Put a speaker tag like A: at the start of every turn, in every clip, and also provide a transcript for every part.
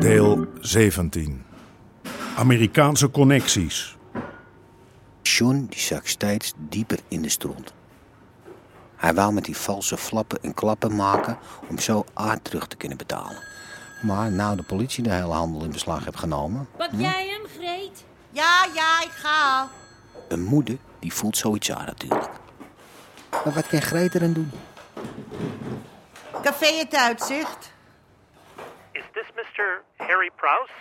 A: Deel 17. Amerikaanse connecties.
B: John die zak steeds dieper in de stront. Hij wou met die valse flappen en klappen maken om zo aard terug te kunnen betalen. Maar nou de politie de hele handel in beslag heeft genomen,
C: Pak jij hem, Greet?
D: Ja, ja, ik ga al.
B: een moeder die voelt zoiets aan natuurlijk. Maar wat kan Greet eraan doen?
D: Café Het Uitzicht.
E: Is this Mr. Harry Prouse?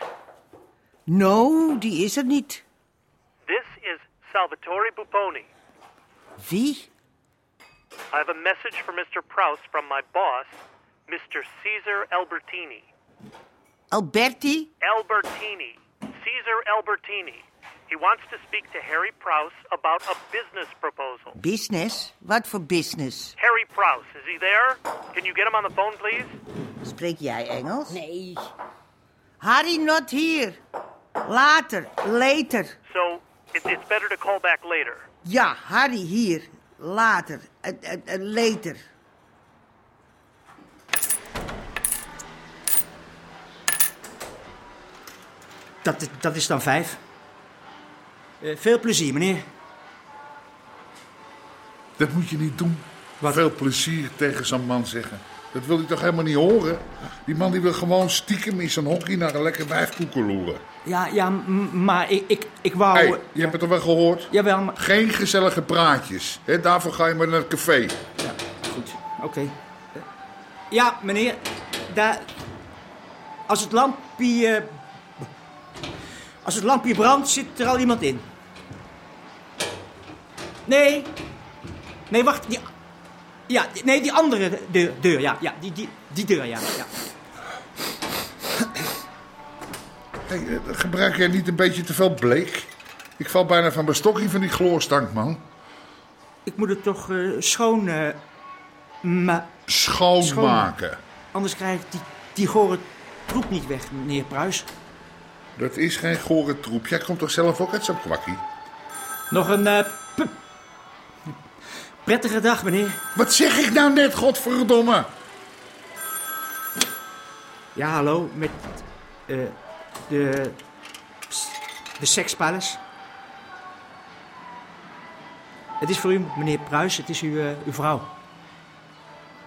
D: No, die is er niet.
E: This is Salvatore Buponi.
D: Wie?
E: I have a message for Mr. Prouse from my boss, Mr. Caesar Albertini.
D: Alberti?
E: Albertini. Caesar Albertini. He wants to speak to Harry Prouse about a business proposal.
D: Business? Wat voor business?
E: Harry Prouse, is he there? Can you get him on the phone, please?
D: Spreek jij Engels?
C: Nee.
D: Harry not here. Later, later.
E: So, it, it's better to call back later.
D: Ja, Harry hier. Later, Eh, eh, eh, later.
F: Dat, dat is dan vijf. Eh, veel plezier, meneer.
G: Dat moet je niet doen. Veel plezier tegen zo'n man zeggen. Dat wil ik toch helemaal niet horen? Die man die wil gewoon stiekem in zijn hockey naar een lekker wijfkoeken loeren.
F: Ja, ja, m- maar ik, ik, ik wou...
G: hey, je hebt het toch wel gehoord?
F: Jawel, maar...
G: Geen gezellige praatjes. Hè, daarvoor ga je maar naar het café.
F: Ja, goed, oké. Eh, Ja, meneer, daar... Als het lampje... eh, Als het lampje brandt, zit er al iemand in. Nee. Nee, wacht, die... Ja, die- nee, die andere deur, deur ja, ja, die, die, die deur, ja, ja.
G: Hey, eh, gebruik jij niet een beetje te veel bleek? Ik val bijna van mijn stokje van die chloorstank, man.
F: Ik moet het toch eh, schoon... eh, ma
G: Schoonmaken.
F: Anders krijg ik die, die gore troep niet weg, meneer Pruis.
G: Dat is geen gore troep. Jij komt toch zelf ook uit zo'n kwakkie?
F: Nog een eh, p- prettige dag, meneer.
G: Wat zeg ik nou net, godverdomme?
F: Ja, hallo, met eh, de, de Sex Palace. Het is voor u, meneer Pruis, het is uw, eh, uw vrouw.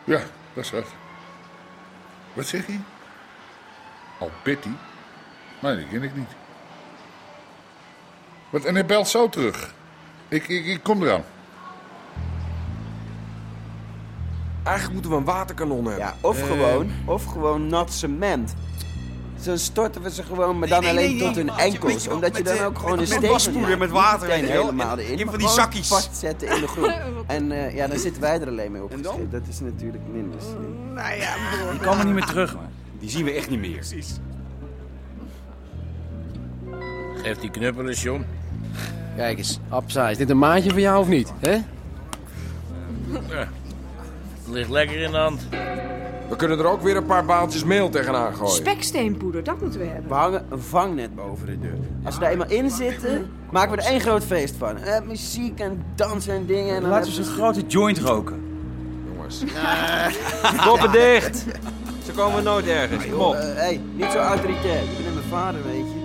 G: Ja, dat is wat. Wat zeg je? Alberti? Nee, die ken ik niet. Wat, en hij belt zo terug. Ik, ik, ik kom eraan.
H: Eigenlijk moeten we een waterkanon hebben.
I: Ja, of gewoon, of gewoon nat cement. Zo storten we ze gewoon, maar dan alleen tot hun enkels. omdat je dan ook gewoon een
H: met
I: steek
H: waspoeder,
I: maakt.
H: met water
I: Niet meteen
H: en heel-
I: helemaal
H: en-
I: erin.
H: en van
I: maar
H: die
I: gewoon
H: zakkies.
I: vastzetten in de groep. En eh, ja, dan zitten wij er alleen mee opgeschreven. Dat is natuurlijk minder
H: Mm,
I: slim.
H: nou Niet meer terug, man. Die zien we echt niet meer.
J: Geef die knuppel eens, John.
K: Kijk eens, Absa, is dit een maatje van jou of niet? hè?
J: Het ligt lekker in de hand.
H: We kunnen er ook weer een paar baaltjes meel tegenaan gooien.
L: Speksteenpoeder, dat moeten we hebben.
I: We hangen een vangnet boven de deur. Als we daar eenmaal in zitten, maken we er één groot feest van. Eh, muziek en dansen en dingen. En dan
H: Laten we
I: hebben
H: ze
I: we-
H: een grote joint roken. Jongens. Koppen dicht. Ze komen nooit ergens. Kom op.
I: Hé, eh, hey, niet zo autoritair. Ik ben mijn vader, weet je.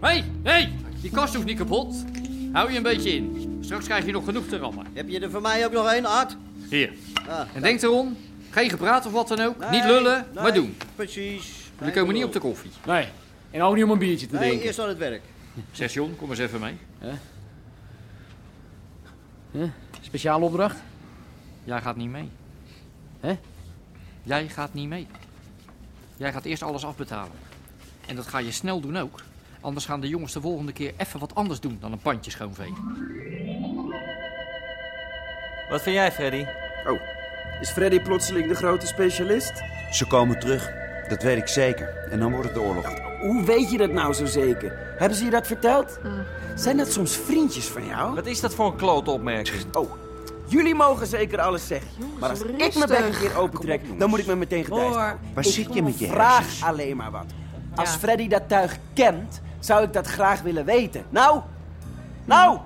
M: hey, hey, die kast hoeft niet kapot. Hou je een beetje in. Straks krijg je nog genoeg te rammen.
N: Heb je er voor mij ook nog één, Art?
M: Hier.
N: Ah,
M: En denk erom, geen gepraat of wat dan ook. niet lullen, maar doen.
N: Precies.
M: Jullie komen niet op de koffie.
K: Nee, en ook niet om een biertje te
N: Nee,
K: drinken.
N: eerst aan het werk.
M: Zeg John, kom eens even mee.
K: Huh? Speciale opdracht?
M: Jij gaat niet mee.
K: Hè?
M: Jij gaat niet mee. Jij gaat eerst alles afbetalen. En dat ga je snel doen ook. Anders gaan de jongens de volgende keer even wat anders doen dan een pandje schoonvegen.
C: Wat vind jij, Freddy?
I: Oh, is Freddy plotseling de grote specialist?
O: Ze komen terug, dat weet ik zeker. En dan wordt het de oorlog.
I: Hoe weet je dat nou zo zeker? Hebben ze je dat verteld?
P: Ah.
I: Zijn dat soms vriendjes van jou?
C: Wat is dat voor een klote opmerking?
I: Oh, jullie mogen zeker alles zeggen. maar als ik mijn bek een keer opentrek, dan moet ik me meteen gedijst
C: Hoor.
I: houden.
C: Waar
I: Ik
C: zit je met je
I: vraag
C: hersens?
I: alleen maar wat. Als Freddy dat tuig kent, zou ik dat graag willen weten. Nou, nou!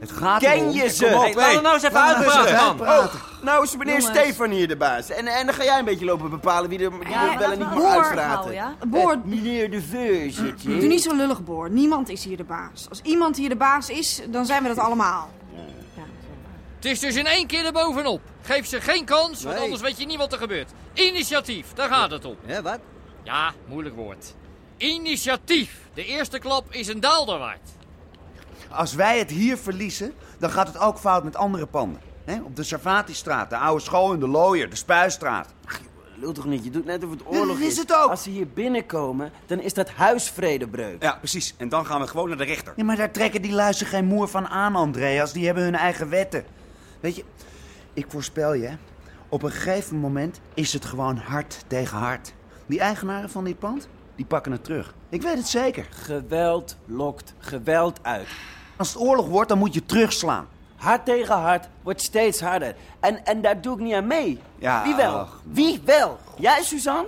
O: Het gaat
I: Ken
O: erom-
I: je
O: Kom
I: ze?
O: op, hey, laat hem nou eens even aan de
I: Luister,
O: praat, man.
I: hè? Oh, nou is meneer
P: Jongens.
I: Stefan hier de baas. En, en dan ga jij een beetje lopen bepalen wie er wie
P: Ja,
I: er wel
P: laten
I: en niet
P: we
I: mag
P: een boor
I: uitpraten.
P: houden, ja?
I: Eh,
P: Boor.
I: Meneer de voorzitter.
L: Doe niet zo lullig, Boor. Niemand is hier de baas. Als iemand hier de baas is, dan zijn we dat allemaal.
M: Het is dus in één keer erbovenop. Geef ze geen kans, want
N: Nee.
M: anders weet je niet wat er gebeurt. Initiatief, daar gaat het om.
N: Hè, wat?
M: Ja, moeilijk woord. Initiatief. De eerste klap is een daalder waard.
O: Als wij het hier verliezen, dan gaat het ook fout met andere panden. Hè? Op de Servatistraat, de Oude School in de Looier, de Spuistraat.
I: Lul toch niet, je doet net of het
O: Ja,
I: oorlog
O: dat is het
I: ook. Als ze hier binnenkomen, dan is dat huisvredebreuk.
O: Ja, precies. En dan gaan we gewoon naar de rechter.
I: Ja, maar daar
O: trekken die luizen geen moer van aan, Andreas. Die hebben hun eigen wetten. Weet je, ik voorspel je, hè. op een gegeven moment is het gewoon hard tegen hard. Die eigenaren van dit pand, die pakken het terug. Ik weet het zeker.
I: Geweld lokt geweld uit.
O: Als het oorlog wordt, dan moet je terugslaan.
I: Hard tegen hard wordt steeds harder. En, en daar doe ik niet aan mee.
O: Ja,
I: Wie wel?
O: ach,
I: Wie wel? Jij, Suzanne?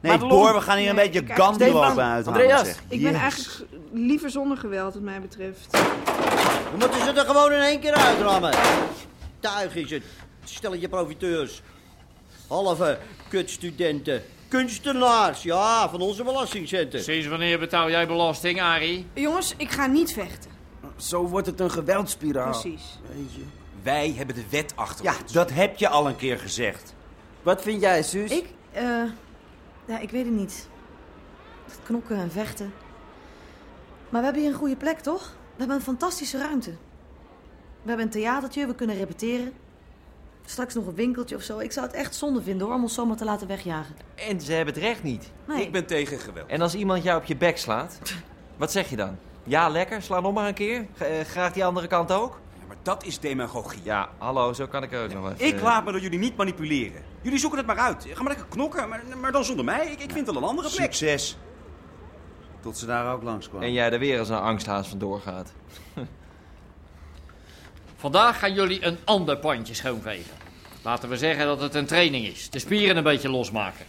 O: Nee,
I: Madelon?
O: Boor, we gaan hier een
I: Nee,
O: beetje
I: kijk,
O: gandro
I: Stefan,
O: op uithalen.
I: Andreas,
O: zeg.
L: Ik ben
O: Jezus.
L: eigenlijk liever zonder geweld, wat mij betreft.
N: We moeten ze er gewoon in één keer uitrammen. Tuig is het. Stelletje profiteurs. Halve kutstudenten. Kunstenaars, ja, van onze belastingcenten.
M: Sinds wanneer betaal jij belasting, Arie?
L: Jongens, ik ga niet vechten.
I: Zo wordt het een geweldsspiraal.
L: Precies.
I: Weet je.
O: Wij hebben de wet achter ons. dat heb je al een keer gezegd.
I: Wat vind jij, Suus?
P: Ik, eh, ja, ik weet het niet. Dat knokken en vechten. Maar we hebben hier een goede plek, toch? We hebben een fantastische ruimte. We hebben een theatertje, we kunnen repeteren. Straks nog een winkeltje of zo. Ik zou het echt zonde vinden hoor, om ons zomaar te laten wegjagen.
C: En ze hebben het recht niet.
P: Nee. Ik
C: ben tegen geweld. En als iemand jou op je bek slaat, wat zeg je dan? Ja, lekker, sla nog maar een keer. G- eh, graag die andere kant ook? Ja, maar dat is demagogie. Ja, hallo, zo kan ik ook nog
F: Eh.
C: even.
Q: Ik laat me door jullie niet manipuleren. Jullie zoeken het maar uit. Ga maar lekker knokken, maar, maar dan zonder mij. Ik, ik vind wel een andere plek.
O: Succes. Tot ze daar ook langskwamen.
C: En jij er weer als een angsthaas vandoor gaat.
M: Vandaag gaan jullie een ander pandje schoonvegen. Laten we zeggen dat het een training is. De spieren een beetje losmaken.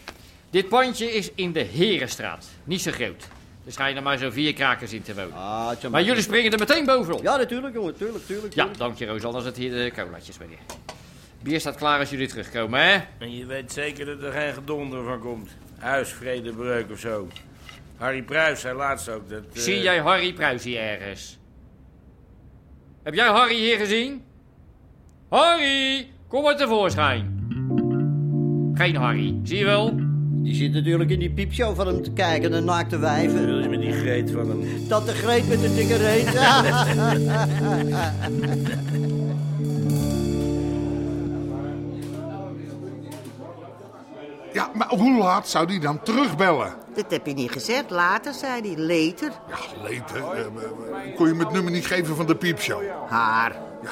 M: Dit pandje is in de Herenstraat. Niet zo groot. Dus ga je er maar zo vier krakers in te wonen. Ah, maar jullie springen er meteen bovenop. Ja, natuurlijk jongen. Tuurlijk, tuurlijk. Ja, dank je Roos. Anders het hier eh, de colaatjes bij je. Bier staat klaar als jullie terugkomen, hè?
J: En je weet zeker dat er geen gedonder van komt. Huisvredebreuk of zo. Harry Pruis zei laatst ook dat... eh,
M: Zie jij Harry Pruis hier ergens? Heb jij Harry hier gezien? Harry, kom maar tevoorschijn. Geen Harry, zie je wel?
N: Die zit natuurlijk in die piepshow van hem te kijken, de naakte wijven. Wil je met die greet van hem? Dat de greet met de dikke reet.
G: Ja, maar hoe laat zou die dan terugbellen?
D: Dat heb je niet gezegd. Later, zei hij. Later.
G: Leed, hè? Eh, eh, kon je me het nummer niet geven van de piepshow?
D: Haar.
G: Ja,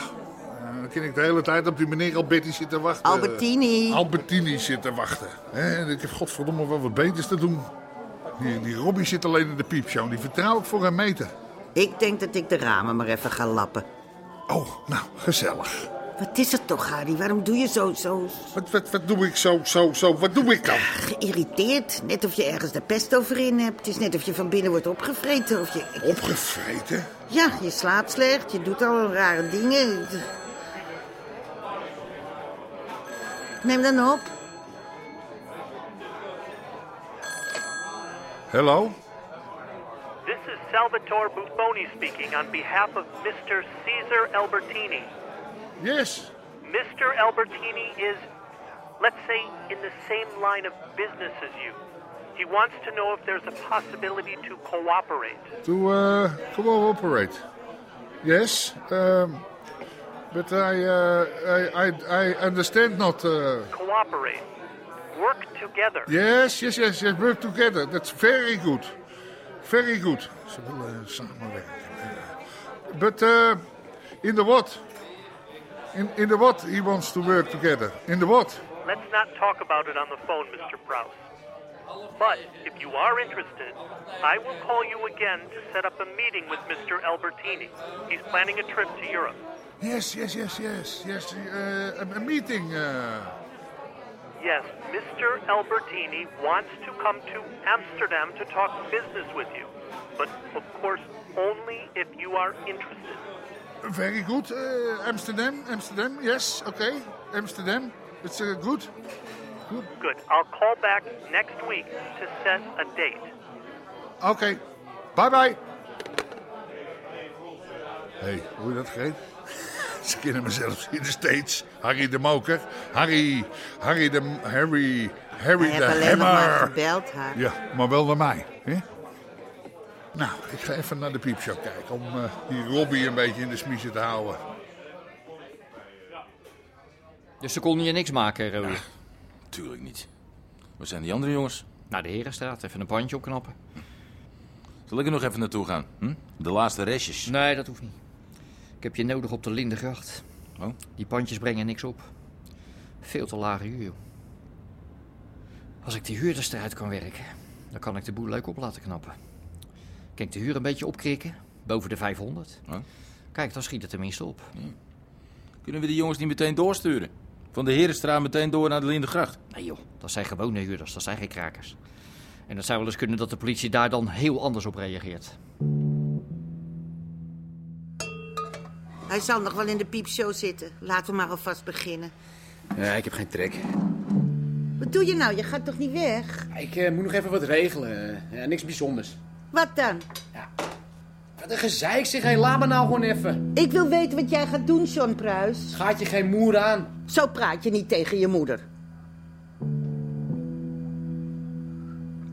G: eh, dan ken ik de hele tijd op die meneer Alberti zitten wachten.
D: Albertini.
G: Albertini zitten wachten. Hè, en ik heb godverdomme wel wat beters te doen. Die, die Robbie zit alleen in de piepshow. en Die vertrouw ik voor een meter.
D: Ik denk dat ik de ramen maar even ga lappen.
G: Oh, nou, gezellig.
D: Wat is het toch, Harry? Waarom doe je zo, zo
G: Wat, wat, wat doe ik zo, zo, zo? Wat doe ik dan?
D: geïrriteerd? Net of je ergens de pest over in hebt. Het is net of je van binnen wordt opgevreten. Of je...
G: Opgevreten?
D: Ja, je slaapt slecht. Je doet al rare dingen. Neem dan op.
G: Hallo?
E: This is Salvatore Buffoni speaking on behalf of Mr. Caesar Albertini.
G: Yes.
E: Mr. Albertini is, let's say, in the same line of business as you. He wants to know if there's a possibility to cooperate.
G: To uh, cooperate. Yes. Um, eh, but I, uh, I, I, I understand not. Uh,
E: Cooperate. work together.
G: Yes, yes, yes, yes. Work together. That's very good. Very good. Ze willen eh, samenwerken. But uh, in the what? In, in the what he wants to work together? In the what?
E: Let's not talk about it on the phone, Mr. Prouse. But if you are interested, I will call you again to set up a meeting with Mr. Albertini. He's planning a trip to Europe.
G: Yes, yes, yes, yes, yes. Uh, a, a meeting. Uh,
E: Yes, Mr. Albertini wants to come to Amsterdam to talk business with you. But of course, only if you are interested.
G: very good. Uh, Amsterdam, Amsterdam. Yes, okay. Amsterdam. It's uh, good.
E: Good. I'll call back next week to set a date.
G: Okay. Bye bye. Hé, hey, hoor je dat, Greet? Ze kennen mezelf in de States. Harry de Moker. Harry, Harry de... Harry, Harry
D: Hij
G: de
D: heeft alleen nog maar
G: Hammer.
D: gebeld, haar.
G: Ja, maar wel naar mij. Hè? Nou, ik ga even naar de piepshow kijken om eh, die Robbie een beetje in de smiezen te houden.
I: Dus ze konden je niks maken, Rode?
R: Tuurlijk niet. Waar zijn die andere jongens?
I: Naar de Herenstraat, even een pandje opknappen.
R: Zal ik er nog even naartoe gaan? Hm? De laatste restjes.
I: Nee, dat hoeft niet. Ik heb je nodig op de Lindengracht.
R: Oh?
I: Die pandjes brengen niks op. Veel te lage huur, joh. Als ik die huurders eruit kan werken, dan kan ik de boel leuk op laten knappen. Kan ik de huur een beetje opkrikken, boven de 500.
R: Oh.
I: Kijk, dan schiet het tenminste op.
R: Kunnen we die jongens niet meteen doorsturen? Van de Herenstraat meteen door naar de Lindengracht.
I: Nee joh, dat zijn gewone huurders, dat zijn geen krakers. En het zou wel eens kunnen dat de politie daar dan heel anders op reageert.
D: Hij zal nog wel in de piepshow zitten. Laten we maar alvast beginnen.
O: Ja, ik heb geen trek.
D: Wat doe je nou? Je gaat toch niet weg?
O: Ik eh, moet nog even wat regelen. Eh, ja, niks bijzonders.
D: Wat dan?
O: Wat een gezeik zeg. Hé, laat me nou gewoon even.
D: Ik wil weten wat jij gaat doen, John Pruis.
O: Gaat je geen moer aan?
D: Zo praat je niet tegen je moeder.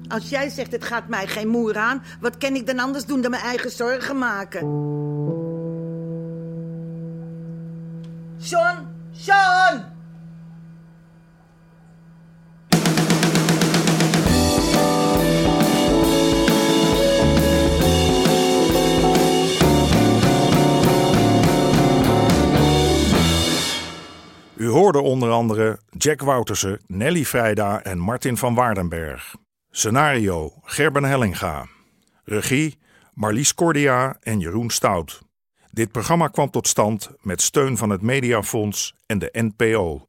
D: Als jij zegt het gaat mij geen moer aan, wat kan ik dan anders doen dan mijn eigen zorgen maken? John, John!
A: U hoorde onder andere Jack Woutersen, Nelly Vrijda en Martin van Waardenberg. Scenario Gerben Hellinga. Regie Marlies Cordia en Jeroen Stout. Dit programma kwam tot stand met steun van het Mediafonds en de NPO.